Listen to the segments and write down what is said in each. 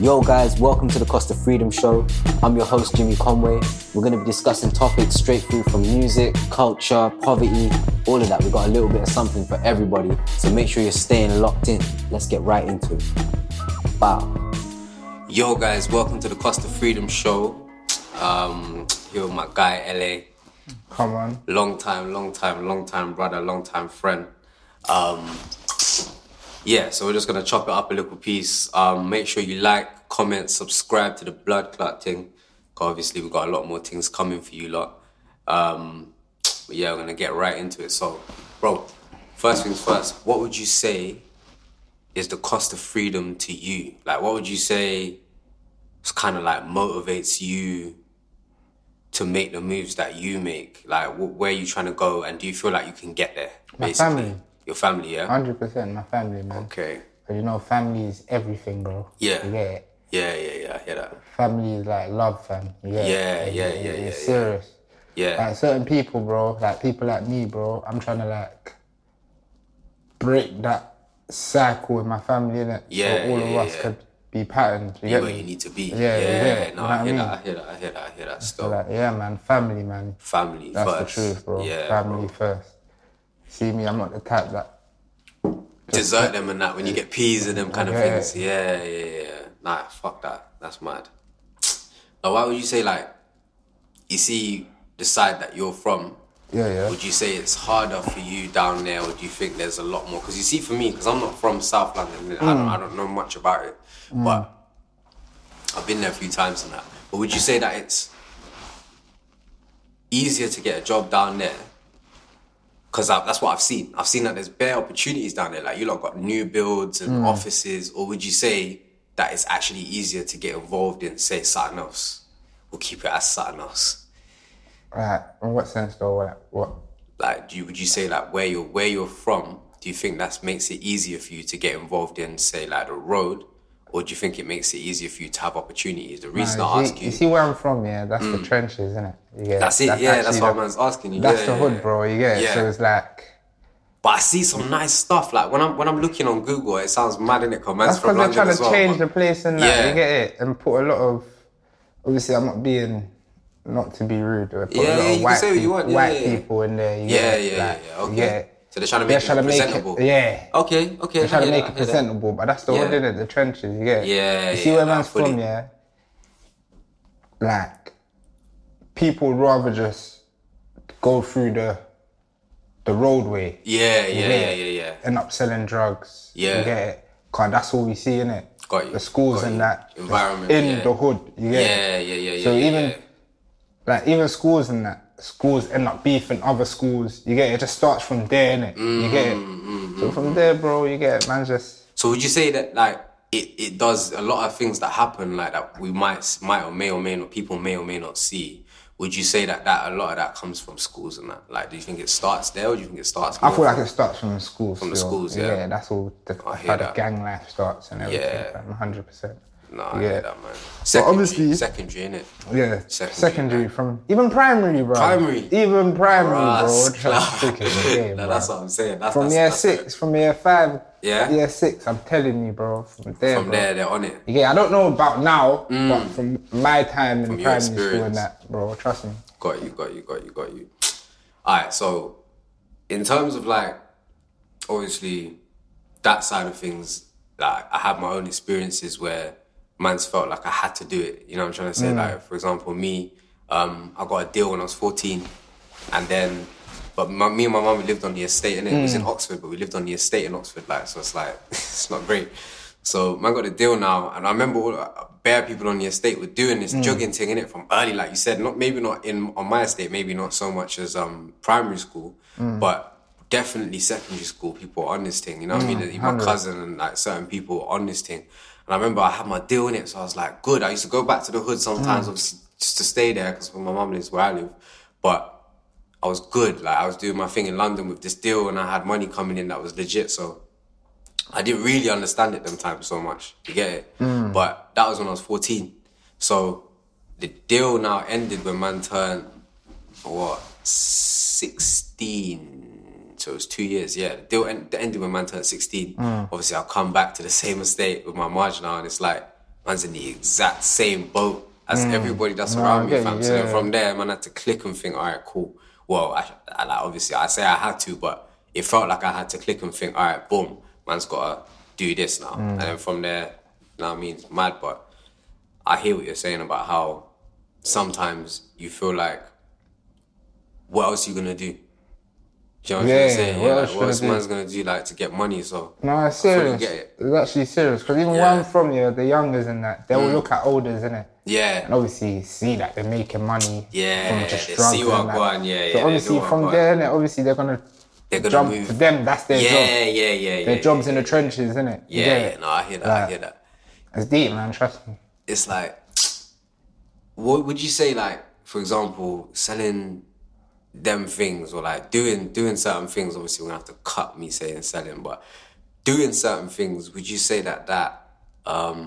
Yo, guys, welcome to the Cost of Freedom Show. I'm your host, Jimmy Conway. We're going to be discussing topics straight through from music, culture, poverty, all of that. We've got a little bit of something for everybody. So make sure you're staying locked in. Let's get right into it. Wow. Yo, guys, welcome to the Cost of Freedom Show. Um, here with my guy, Come on. LA. Long time, long time, long time brother, long time friend. Um, yeah, so we're just gonna chop it up a little piece. Um, make sure you like, comment, subscribe to the blood clot thing. 'cause obviously we've got a lot more things coming for you lot. Um, but yeah, we're gonna get right into it. So, bro, first things first, what would you say is the cost of freedom to you? Like, what would you say is kind of like motivates you to make the moves that you make? Like, wh- where are you trying to go, and do you feel like you can get there? My basically? family. Your family, yeah. 100% my family, man. Okay. 'Cause you know, family is everything, bro. Yeah. You get it? Yeah, yeah, yeah. I hear that. Family is like love, fam. You get it? Yeah, Like, yeah, yeah, it- yeah, It's yeah. serious. Yeah. Like certain people, bro, like people like me, bro, I'm trying to like break that cycle with my family, innit? Yeah, So all yeah, of yeah, us yeah. could be patterned. You Be get where me? you need to be. Yeah, you yeah. get it, No, I you know what I hear mean? that. I hear that. I hear that. I hear that. So, Still, like, yeah, man, family, man. family That's first. the truth, bro. Yeah. family first. See me, I'm not the type that Desert them and that when you get peas and them kind of Yeah. things. Yeah, yeah, yeah. Nah, fuck that. That's mad. Now, why would you say like, you see the side that you're from? yeah, yeah. Would you say it's harder for you down there, or do you think there's a lot more? Because you see, for me, because I'm not from South London, I, Mm. don't, I don't know much about it, but I've been there a few times and that. But would you say that it's easier to get a job down there? Because that's what I've seen. I've seen that there's bare opportunities down there. Like you lot got new builds and Mm. offices, or would you say that it's actually easier to get involved in, say, something else? We'll keep it as something else. Right. In what sense though? Like what? like do you, would you say like where you're where you're from do you think that makes it easier for you to get involved in say like the road or do you think it makes it easier for you to have opportunities the reason i you, ask see, you, where I'm from, yeah. That's the trenches, isn't it? You get Mm. that's it yeah that's actually what the- man's asking you That's yeah, the yeah, hood, yeah. bro. You get it. Yeah. So it's like but i see some nice stuff like when i'm when i'm looking on google it sounds mad in it man's that's from because london they're trying as to well but- change the place and that. Yeah. You get it, and put a lot of. Obviously, I'm not being, not to be rude, but put Yeah, a lot yeah, you of can white, say what you peop- want, yeah, white yeah, yeah. people in there. You yeah get yeah it, yeah, like, yeah you okay get it. so they're trying to They're make trying to it make presentable it, yeah. okay okay They're trying to make it presentable. presentable, but that's the Yeah. word in it, the trenches, you get. it? Yeah, You see yeah, where nah, man's fully. from, yeah? Like, people rather just go through the the roadway yeah yeah yeah Yeah. yeah yeah end up selling drugs. Yeah. You get it? Cause that's all we see in it. Got you, The schools got and you. that it's Environment, in yeah. the hood. You get it? yeah yeah yeah yeah So yeah, even yeah. like even schools and that schools end up beefing other schools. You get it? It just starts from there, innit? You get it? Mm, So from there, bro, you get it. Man, just So would you say that like it, it does a lot of things that happen like that we might might or may or may not people may or may not see. Would you say that that a lot of that comes from schools and that? Like, do you think it starts there, or do you think it starts? I more feel like from- it starts from the schools. From the schools, yeah. that's all. The, hear how the that. gang life starts and everything. Yeah. Yeah, hundred percent. Nah, I yeah. hear that man. Secondary, obviously- secondary innit? Yeah, Secondary, secondary, from even primary, bro. Primary? even primary, Brass, bro. Just thinking the game, nah, bro. that's what I'm saying. That's, From that's, year that's six, from year five, Yeah? year six. I'm telling you, bro. From there, From bro. there, they're on it. Yeah, I don't know about now, but from my time in your primary school experience. and that, bro. Trust me. Got you, got you, got you, got you. All right, so in terms of like, obviously, that side of things, like I had my own experiences where man's felt like I had to do it. You know what I'm trying to say? Like, for example, me, um, I got a deal when I was 14, and then, but my, me and my mum we lived on the estate, and it was in Oxford, but we lived on the estate in Oxford, like, so it's like it's not great. So man got a deal now, and I remember all uh, bare people on the estate were doing this jogging thing in it from early, like you said, not maybe not in on my estate, maybe not so much as um primary school, but definitely secondary school people are on this thing. You know what I mean? Even My cousin and like certain people were on this thing. And I remember I had my deal in it, so I was like, good. I used to go back to the hood sometimes, obviously, just to stay there because my mum lives where I live. But I was good. Like I was doing my thing in London with this deal, and I had money coming in that was legit. So I didn't really understand it them times so much. You get it? But that was when I was 14. So the deal now ended when man turned what 16. So it was two years. Yeah, the deal Mm. end, the ended when man turned 16. Obviously, I've come back to the same estate with my margin now, and it's like man's in the exact same boat as everybody that's Nah, around Mm. I me, get fam. you, So then yeah. from there, man, I had to click and think, all right, cool. Well, I, I, like, obviously, I say I had to, but it felt like I had to click and think, all right, boom, man's got to do this now. Mm. And then from there, you know what I mean? It's mad, but I hear what you're saying about how sometimes you feel like, what else you going to do? Do you know what Yeah, I'm saying? what Yeah, else like, you what gonna else do? man's going to do like to get money? So No, it's fully serious. get it. It's actually serious because even Yeah. Mm. where I'm from, yeah, the youngers and that they will look at olders, innit? yeah, And obviously see that they're making money Yeah, from just they drugs see what and that. go on, yeah, yeah, so they obviously know what go from on. there, innit, obviously they're gonna they're going to jump move. for them. That's their job. Yeah, yeah, yeah, yeah. Their yeah, job's yeah, in the trenches, innit? You Yeah, get yeah, it? no, I hear that. I Like- hear that. It's deep, man. Trust me. It's like, what would you say? Like, for example, selling them things or like doing doing certain things. Obviously, we're gonna have to cut me saying selling, but doing certain things. Would you say that that um,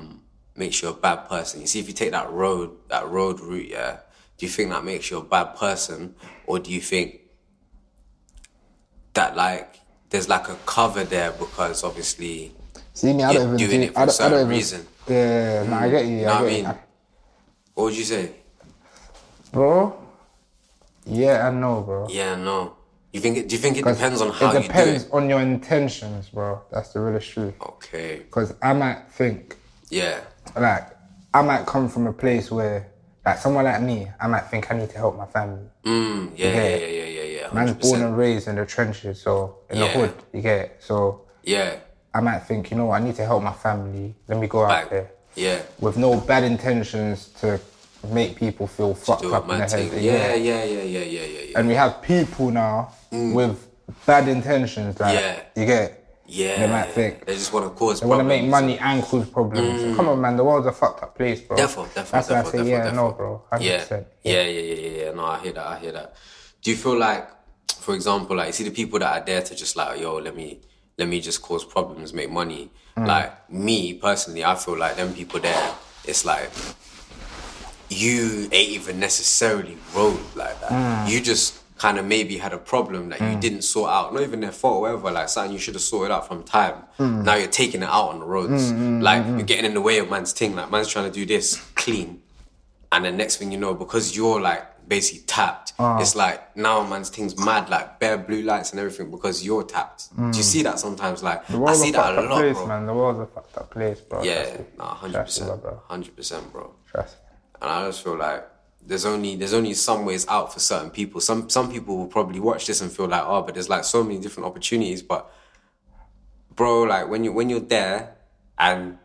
makes you a bad person? You see, if you take that road that road route, yeah. Do you think that makes you a bad person, or do you think that like there's like a cover there because obviously See me, I You're don't even doing do, it for I a don't, I don't certain even, reason. Yeah, no, I get you. Know I, what I get you. mean? What would you say? bro. Yeah, I know, bro. Yeah, no. You think? It, do you think it depends on how it you depends do it? on your intentions, bro. That's the realest truth. Okay. Because I might think Yeah. like I might come from a place where like someone like me, I might think I need to help my family. Mm, yeah, yeah, yeah, yeah, yeah, yeah. Man's 100%. born and raised in the trenches, so in the Yeah. hood, you get it. So Yeah. I might think, you know, what, I need to help my family. Let me go out Like, there yeah. with no bad intentions to make people feel fucked Do up in my the thing. head. Yeah, yeah, yeah, yeah, yeah, yeah, yeah. And we have people now with bad intentions, like Yeah. you get it. Yeah. They might think They just want to cause They want to problems. Mm. make money and cause problems. Come on, man, the world's a fucked up place, bro. Defo, defo, That's why I defo, say, defo, yeah, defo. no, bro, hundred Yeah. percent. yeah, yeah, yeah, yeah, yeah. No, I hear that. I hear that. Do you feel like, for example, like you see the people that are there to just like, yo, let me, let me just cause problems, make money. Mm. Like me personally, I feel like them people there. It's like you ain't even necessarily rode like that. Mm. You just kind of maybe had a problem that you didn't sort out, not even their fault, whatever, like something you should have sorted out from time. Mm. Now you're taking it out on the roads. like you're getting in the way of man's thing. Like man's trying to do this clean. And the next thing you know, because you're like basically tapped, Ah. it's like now man's thing's mad, like bare blue lights and everything because you're tapped. Do you see that sometimes? Like Mm. The I world's see a that fucked a up lot, place, bro. man. The world's a fucked up place, bro. Trust Yeah, me. nah, hundred Trust me, percent, bro. hundred percent, bro. Trust me. And I just feel like there's only there's only some ways out for certain people. Some some people will probably watch this and feel like, oh, but there's like so many different opportunities. But bro, like when you when you're there and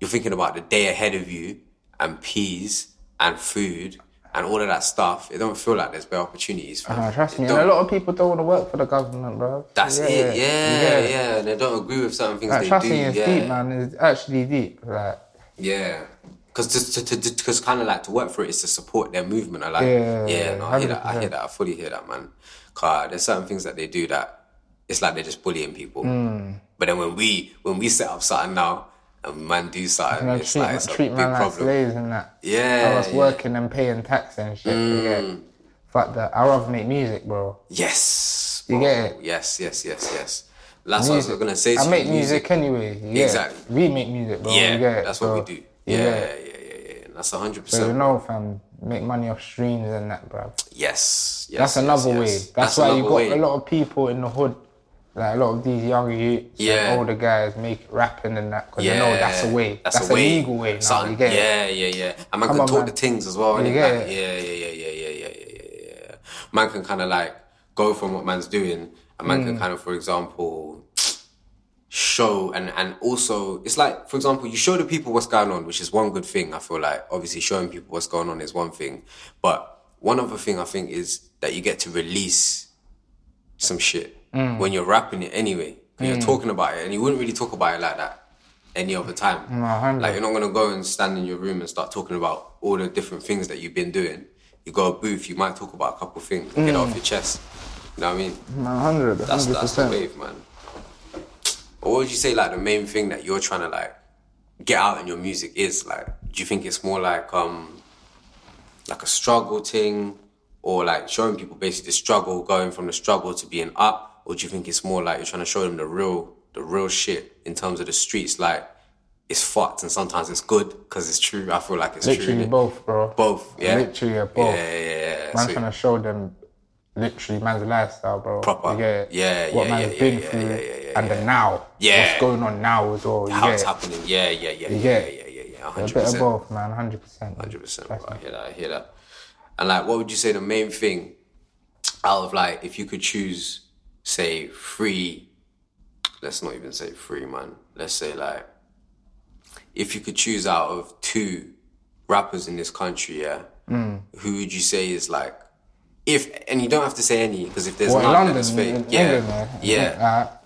you're thinking about the day ahead of you and peas and food and all of that stuff, it don't feel like there's better opportunities. fam. No, trust It me. And don't. a lot of people don't want to work for the government, bro. that's it. Yeah yeah, You get it. And they don't agree with certain things Like, they trust do. me, it's yeah. deep, man. It's actually deep. Like, Yeah. Because to, to, to, cause kind of like to work for it is to support their movement. I like, Yeah, yeah, no, I hear that. I hear 100%. that. I fully hear that, man. 'Cause there's certain things that they do that it's like they're just bullying people. Hmm. But then when we when we set up something now and man do something, you know, it's treat, like it's a treat big man like problem. slaves and that. Yeah, I was yeah. Mm. working and paying tax and shit. You get it. Fuck that. I'd rather make music, bro. Yes, You get it? bro. Yes, yes, yes, yes. That's what I was gonna say. to I you, make music, anyway. You get it. Exactly. We make music, bro. Yeah, you get it. that's So, what we do. you Yeah, get yeah, it. yeah, yeah. yeah. That's hundred So, you percent. know, fam, make money off streams and that, bro. Yes, yes. yes, That's another yes. way. That's, why you another got way. a lot of people in the hood, like a lot of these younger youths, Yeah. and older guys make rapping and that because they know that's a way. That's, a, legal way. Now, Son, you get it? yeah, yeah, yeah. And man Come can on, talk man. the things as well. innit? get Like, it? yeah, yeah, yeah, yeah, yeah, yeah, yeah, yeah, yeah. Man can kind of like go from what man's doing, and man Mm. can kind of, for example, show and and also it's like, for example, you show the people what's going on, which is one good thing. I feel like obviously showing people what's going on is one thing, but one other thing I think is that you get to release some shit Mm. when you're rapping it anyway. 'Cause You're talking about it, and you wouldn't really talk about it like that any other time. a hundred. like you're not gonna go and stand in your room and start talking about all the different things that you've been doing. You go a booth, you might talk about a couple things, get it Mm. off your chest. You know what I mean? One hundred, That's hundred that's the percent. wave, man. What would you say like the main thing that you're trying to like get out in your music is like? Do you think it's more like um like a struggle thing, or like showing people basically the struggle, going from the struggle to being up, or do you think it's more like you're trying to show them the real the real shit in terms of the streets, like it's fucked and sometimes it's good because it's true. I feel like it's Literally true. both, bro. Both, yeah. Literally, yeah, both. Yeah, yeah, yeah. Man's So- trying to show them literally man's lifestyle, bro. Proper. You get it? Yeah, What yeah, man's yeah, been yeah, yeah, through yeah, yeah, yeah, and the now. Yeah. What's going on now as well. You how get it's it? happening. Yeah, yeah, yeah, yeah, get yeah, it? yeah, yeah, yeah. A Hundred bit of percent, both, man. 100%. hundred percent. I hear that. I hear that. And like, what would you say the main thing out of like, if you could choose, say, three? Let's not even say three, man. Let's say like, if you could choose out of two rappers in this country, yeah, Hmm. who would you say is like? If and you don't have to say any because if there's Well, in none, then London, it's in fake. England, Yeah, man. yeah. Uh,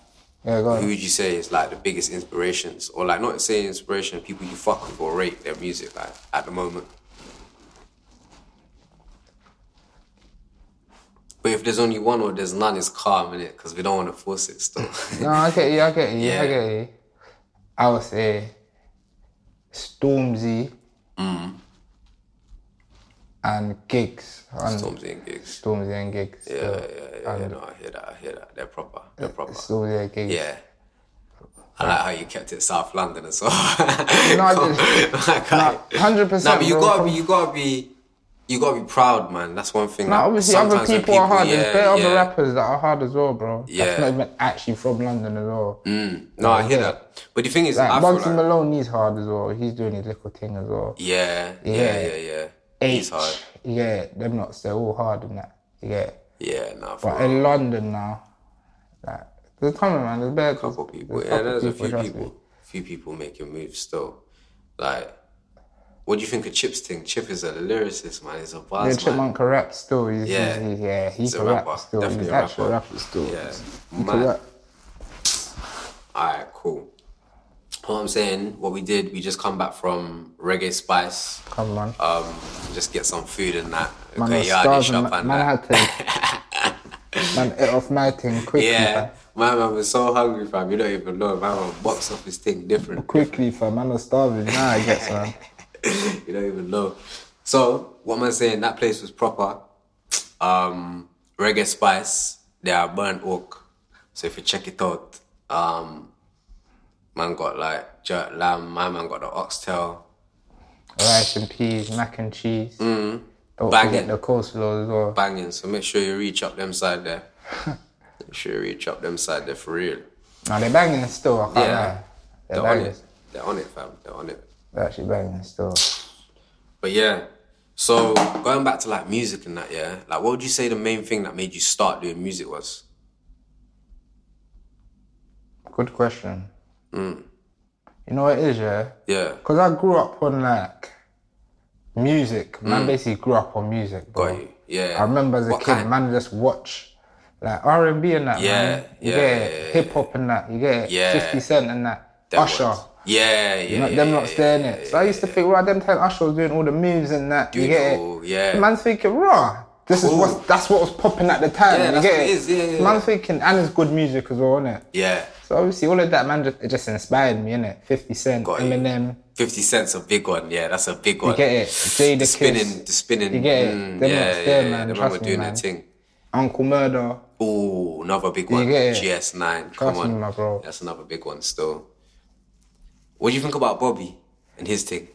yeah, go who on. would you say is like the biggest inspirations or like not saying inspiration people you fuck with or rate their music like at the moment but if there's only one or there's none it's calm in it because we don't want to force it still No, I get you, I get you, Yeah. I get you. I would say Stormzy Mm. and Gigs. And Stormzy and gigs Stormzy and Gigs. yeah yeah yeah, Um, yeah no I hear that I hear that they're proper they're proper Stormzy and Gigs. yeah I like how you kept it South London as well. No, I didn't. Like, I- 100%. Nah, but you bro. gotta be, you gotta be, you gotta be proud, man. That's one thing. Nah, that obviously, other sometimes when people, are hard. Yeah, There's better yeah. other rappers that are hard as well, bro. Yeah. That's not even actually from London as well. No, I hear that. But the thing is, I Like, feel Bugsy like, Malone, he's hard as well. He's doing his little thing as well. yeah, yeah, Yeah. yeah, yeah. H, He's hard. yeah, them nuts, they're all hard in that. Yeah. Yeah, nah, for But real. in London now, like, there's coming, man. There's better. a couple people. Yeah, there's a few people, few people making moves still. Like, what do you think of Chip's thing? Chip is a lyricist, man. He's a The bars man. Chipmunk can rap still. He's, Yeah. yeah. He's, yeah, he a can rapper, rap still. definitely he's a actually a rapper. rapper still. Yeah, He mad. can rap. All right, cool. What I'm saying, what we did, we just come back from Reggae Spice. Come on. Um, just get some food and that. man, Go was yardie starving. shop Man, and man that. had to. man, ate off my thing quickly, Yeah, fam. my man was so hungry, fam. You don't even know. My man boxed off his thing different. Quickly, fam. Man, was starving. Nah, I guess, man. you don't even know. So, what am I saying? That place was proper. Um, Reggae Spice, they are burnt oak. So, if you check it out, um, man got like jerk lamb, my man got the oxtail. Rice and peas, mac and cheese. Mm. Don't Banging. forget the coleslaw as well. Banging. So, make sure you reach up them side there. make sure you reach up them side there for real. Now they're banging still. I can't Yeah. lie. They're, They're on banging. it. They're on it, fam. They're on it. They're actually banging still. But yeah, so going back to like music and that, yeah, like what would you say the main thing that made you start doing music was? Good question. Mm. You know what it is, yeah? Yeah, Because I grew up on like music. Man, basically grew up on music. Bro. Mm. got you. Yeah, I remember as a What kid, kind? man, just watch like R and B and that. Yeah, man. you yeah, get yeah, hip hop and that. You get it. Yeah. Fifty Cent and that. That Usher. was- Yeah, yeah, You know, yeah, them yeah, not staring it. so I used to think, right, them time Usher was doing all the moves and that. Doing you get it all, yeah. The man's thinking, raw. This is Cool. what that's what was popping at the time. Yeah, you that's get what it is, yeah, yeah, The man's yeah. thinking, and it's good music as well, innit? yeah. So obviously, all of that man just, it just inspired me, innit? Fifty Cent, Got you. Eminem, Fifty Cents a big one. Yeah, that's a big one. you get it. Jay the Spinning, the Kiss, spinning. You get it. mm, Them yeah, ones there, yeah, man, Them man trust were me, doing their man. thing. Uncle Murder. Oh, another big one. get it? GS9. Come Trust me, on, my bro. That's another big one. Still, what do you think about Bobby and his thing?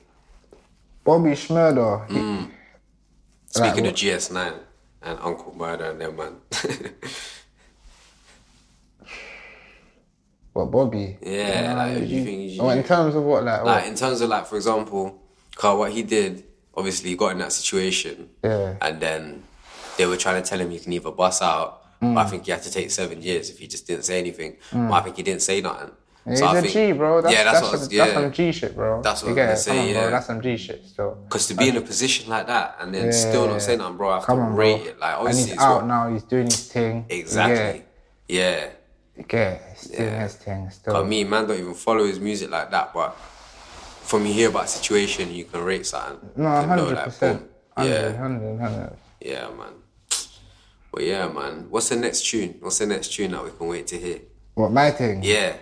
Bobby Schmurder. He- Mm. Like, Speaking of GS9 and Uncle Murder and them man. What Bobby? yeah, like, what do you think? you- Oh, in terms of what, like, like what? in terms of like for example Carl, what he did obviously he got in that situation Yeah. and then they were trying to tell him you can either bust out but I Mm. think he had to take seven years if he just didn't say anything but I think he didn't say nothing He's so I a G, think, bro. That's, yeah that's, what I some, was, yeah that's some G shit, bro. That's what I was You get gonna it? say, Come on, yeah. bro. That's some G shit still. because to be in a position like that and then still Yeah. not say nothing bro I have Come to on, rate bro. it like and obviously he's it's out what, now. He's doing his thing. You exactly yeah get it? You get it? He's doing his thing still. But me, man, don't even follow his music like that. But from you hear about situation, you can rate something. You no, know, like, hundred percent. boom. Hundred, Yeah, hundred, hundred. yeah, man. But yeah, man. What's the next tune? What's the next tune that we can wait to hear? What my thing? Yeah,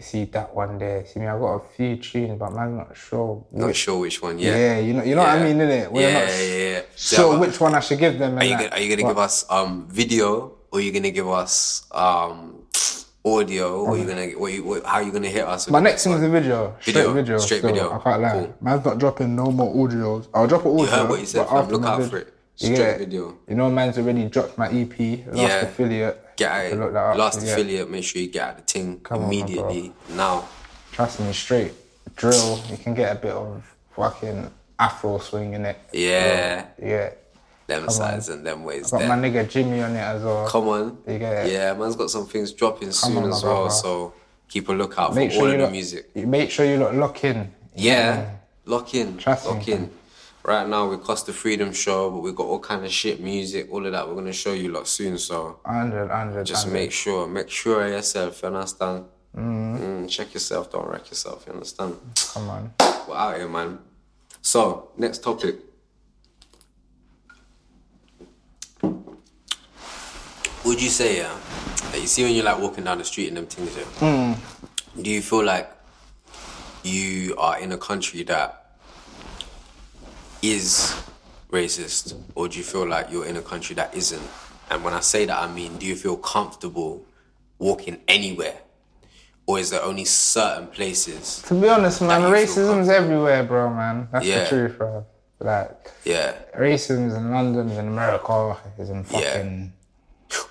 See that one there. See me. I got a few tunes, but man, not sure. not which- sure which one. yeah. Yeah, you know, you know what Yeah. I mean, innit? We're yeah, not yeah, yeah. So, sure but which one I should give them. are you gonna, are you gonna give us um video or are you gonna give us um audio, or you're gonna get, what you, what, how you gonna hit us. with My the next thing is a video. Straight Video, video. straight still, video. I can't lie. Cool. Man's not dropping no more audios. I'll drop an audio. heard what you said, but fam. after Look my out vid- for it. you Straight get it? video. You know, man's already dropped my EP, Last Yeah. Affiliate. Get You it. can look that up, Last yeah. affiliate, make sure you get out of the ting on, my immediately. Now. Trust me, straight drill. You can get a bit of fucking afro swing in it. Yeah. Yeah. Them sides and them ways Got there. my nigga Jimmy on it as well. Come on. You get it? Yeah, man's got some things dropping soon on, my as well, brother. so keep a lookout make for sure all you of the lot, music. Make sure you lot lock in. Yeah. Lock in. Trust me, lock in. Right now we cost the freedom show, but we got all kind of shit music, all of that we're gonna show you lot soon, so 100, 100, just make sure, make sure of yourself, you understand? Mm-hmm. Mm, check yourself, don't wreck yourself, you understand? Come on. We're out here, man. So, next topic. Would you say, yeah, that you see when you're like walking down the street and them things, yeah? Do you feel like you are in a country that is racist, or do you feel like you're in a country that isn't? And when I say that, I mean, do you feel comfortable walking anywhere? Or is there only certain places? To be honest, man, you feel racism's everywhere, bro, man. That's Yeah. the truth, bro. Like, Yeah. racism's in London, is in America, is in fucking.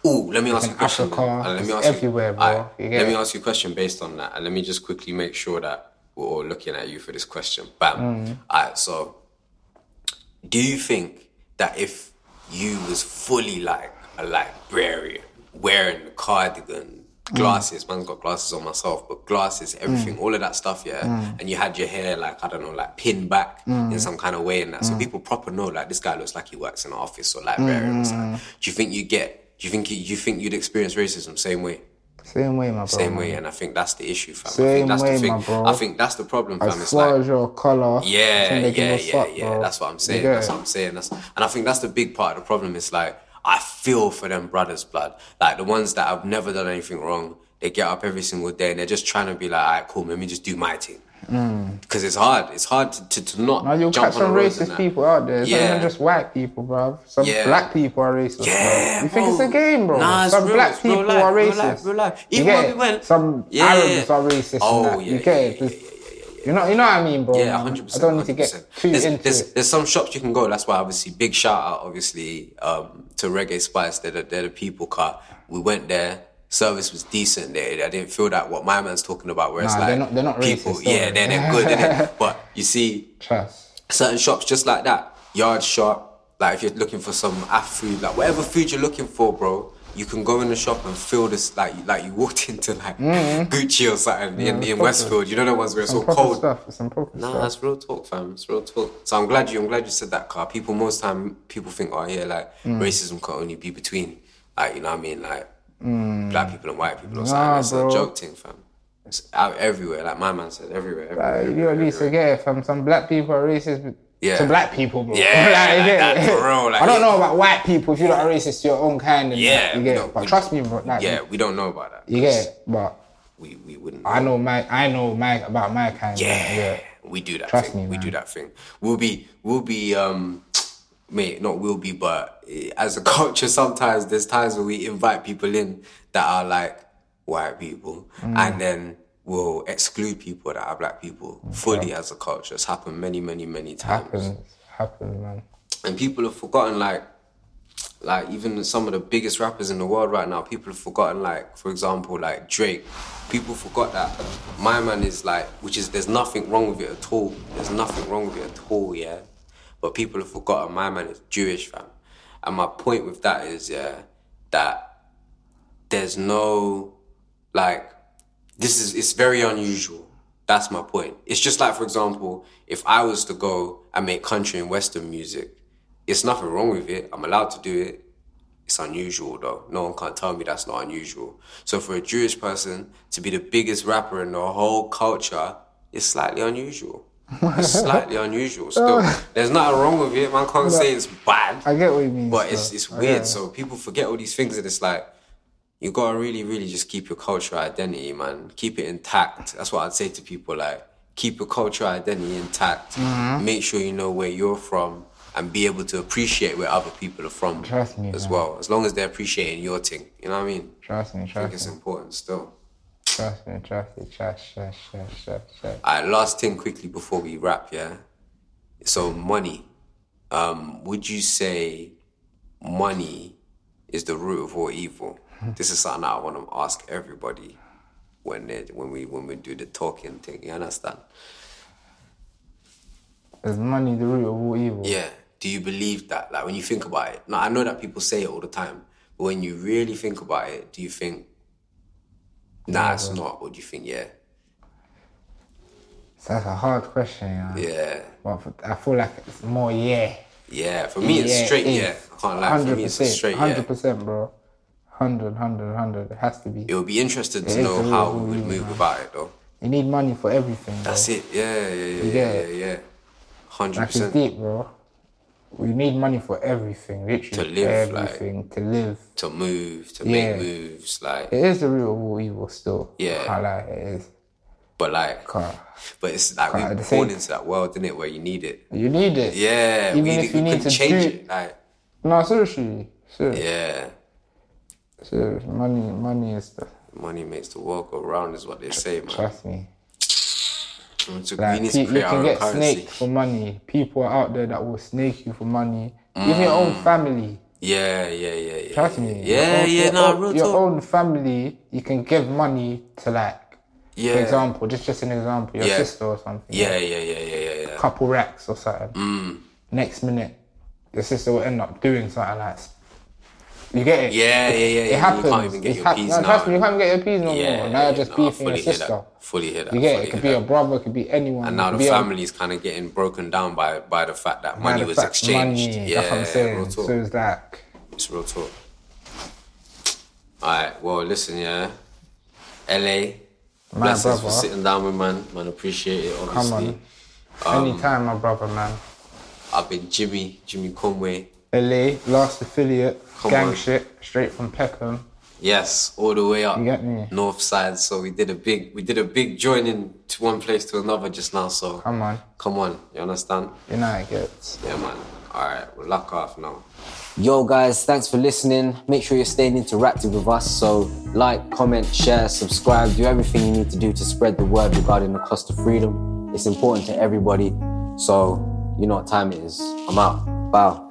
Ooh, let me ask you a question. Africa, man. And let me it's ask you- everywhere, bro. Aight, You get let me it? ask you a question based on that, and let me just quickly make sure that we're all looking at you for this question. Bam. Mm. Alright, so do you think that if you was fully like a librarian, wearing the cardigan, Mm. glasses, man's got glasses on myself, but glasses, everything, all of that stuff, yeah, Mm. and you had your hair like I don't know, like pinned back in some kind of way and that, Mm. so people proper know like this guy looks like he works in an office or librarian. Mm. or something. do you think you get? Do you think you, you think you'd experience racism same way? Same way, my bro. Same way, and I think that's the issue, fam. I Mm. Same think that's way, the thing. my bro. I think that's the problem, fam. As it's like far as your colour. yeah, shouldn't make you yeah, no yeah, suck, yeah. bro. That's what I'm You saying. get That's it? what I'm saying. That's and I think that's the big part of the problem. It's like I feel for them brothers' blood. Like the ones that have never done anything wrong, they get up every single day and they're just trying to be like, alright, cool, let me just do my thing. Because it's hard. It's hard to, to, to not Now Mm. you'll jump catch on some the roads and racist that. people out there. It's Yeah. not even just white people, bro. Some Yeah. black people are racist. Yeah, bro. You think it's a bro. game, bro? Nah, it's some real, black it's real people life, are real racist. life, real life. You Even get when it? we went- some Yeah, yeah, Arabs yeah. are racist. and Oh, that. yeah, you yeah, get it? yeah, There's- You know, you know what I mean, bro. Yeah, man? hundred I percent. don't need to get too there's, into there's, it. There's some shops you can go. That's why, obviously, big shout out, obviously, um, to Reggae Spice. They're the, they're the people car. We went there. Service was decent. They, I didn't feel that what my man's talking about. Where it's Nah, like they're not- they're not people. racist, don't yeah, worry. they're, they're good. innit? But you see, Trust. certain shops just like that. Yard shop, like if you're looking for some af food, like whatever food you're looking for, bro. You can go in the shop and feel this like like you walked into like Mm. Gucci or something in, in Westfield. You know the ones where it's all Proper cold. stuff. It's some proper Nah, stuff. that's real talk, fam. It's real talk. So I'm glad you. I'm glad you said that, car. People most time people think, oh yeah, like Mm. racism can only be between, like you know what I mean, like black people and white people or something. Mm. Nah, It's a bro. joke thing, fam. It's out everywhere. Like my man said, everywhere. everywhere, Like, you everywhere, at least everywhere. get it from some black people are racist Yeah. to black people, bro. Yeah, you like get that, it? for real, like, I don't yeah. know about white people. If you're not racist to your own kind, and Yeah, you get no, it. But we- trust me, bro. Like, Yeah, we don't know about that. you get it. But We we wouldn't. I know my, I know my about my kind. Yeah, yeah. we do that Trust thing. me, we man. do that thing. We'll be, we'll be, um, mate, not we'll be, but eh, as a culture, sometimes there's times where we invite people in that are like white people, Mm. and then we'll exclude people that are black people fully as a culture. It's happened many, many, many times Happens, happens, man. and people have forgotten like like even some of the biggest rappers in the world right now people have forgotten like for example like drake people forgot that my man is like which is there's nothing wrong with it at all there's nothing wrong with it at all yeah but people have forgotten my man is jewish fam and my point with that is yeah that there's no like this is it's very unusual that's my point it's just like for example if i was to go and make country and western music it's nothing wrong with it i'm allowed to do it it's unusual though no one can tell me that's not unusual so for a jewish person to be the biggest rapper in the whole culture is slightly unusual it's slightly unusual still there's nothing wrong with it man can't say it's bad I get what you mean. but still. it's it's weird. So people forget all these things, and it's like you gotta really, really just keep your cultural identity, man. Keep it intact. That's what I'd say to people. Like keep your cultural identity intact. Mm-hmm. Make sure you know where you're from and be able to appreciate where other people are from Trust me, as man. well. As long as they're appreciating your thing, you know what I mean. trust me, I think trust it's me. important still. Trust me, trust me, trust, trust, trust, trust, trust. All right, last thing quickly before we wrap, yeah. So money. Um, would you say money is the root of all evil? This is something that I want to ask everybody when they, when we when we do the talking thing. You understand? Is money the root of all evil? Yeah. Do you believe that? Like when you think about it. Now I know that people say it all the time, but when you really think about it, do you think Nah, it's not, or do you think yeah? So that's a hard question, yeah. Yeah. But I feel like it's more yeah. Yeah. For me it's straight it is. yeah. I can't lie, for me it's a straight yeah. 100%, bro. 100, 100, 100. It has to be. It would be interesting It to is know the root how of all we would evil, move about it though. You need money for everything, bro. That's it. Yeah, yeah, You yeah, get yeah, it? yeah. yeah. Hundred Like, it's percent deep, bro. We need money for everything, literally. To live, like- everything, to live. to move, to Yeah. make moves, like. It is the root of all evil still. Yeah. I like it is. But like, Car. but it's like at we're the same- born into that world, innit, where you need it. You need it. Yeah, Even we, if we you need couldn't to change do- it. Like, No, seriously. Serious, yeah, serious. Money money is the money makes the world go round, is what they say, man. trust me. So Like, we need pe- to you create can our own get currency. snaked for money. People are out there that will snake you for money. Even your own family. Yeah, yeah, yeah, yeah. Trust Mm. yeah. me. Yeah, your own, yeah, your no, own- real Your talk. own family, you can give money to like, yeah. for example, just just an example, your Yeah. sister or something. yeah, Mm. yeah, yeah, yeah, yeah, yeah. couple racks or something. Next minute, your sister will end up doing something like. s- You get it? Yeah, yeah, yeah, It yeah. happens. You can't even get It your hap- peas no, now. Trust me, you can't even get your peas no yeah, more. yeah, Now you're just no, I beefing your fully hear sister. that. Fully hear that. You get fully it? It could hear be that. your brother, it could be anyone. And it now could the be your- family's kind of getting broken down by by the fact that matter money of was fact, exchanged. Money, yeah, that's what I'm real saying. talk. So it's like, It's real talk. All right. Well, listen, yeah. LA. My blessings for brother. sitting down with man. Man, appreciate it. come Obviously, on. Um, Anytime, my brother, man. I've been Jimmy, Jimmy Conway. LA, last affiliate, Come gang on. shit, straight from Peckham. Yes, all the way up You get me? north side. So we did a big, we did a big joining to one place to another just now. So Come on, come on, you understand? you know how it gets. Yeah, man. All right, well, luck off now. Yo, guys, thanks for listening. Make sure you're staying interactive with us. So, like, comment, share, subscribe, do everything you need to do to spread the word regarding the cost of freedom. It's important to everybody. So, you know what time it is. I'm out. Bow.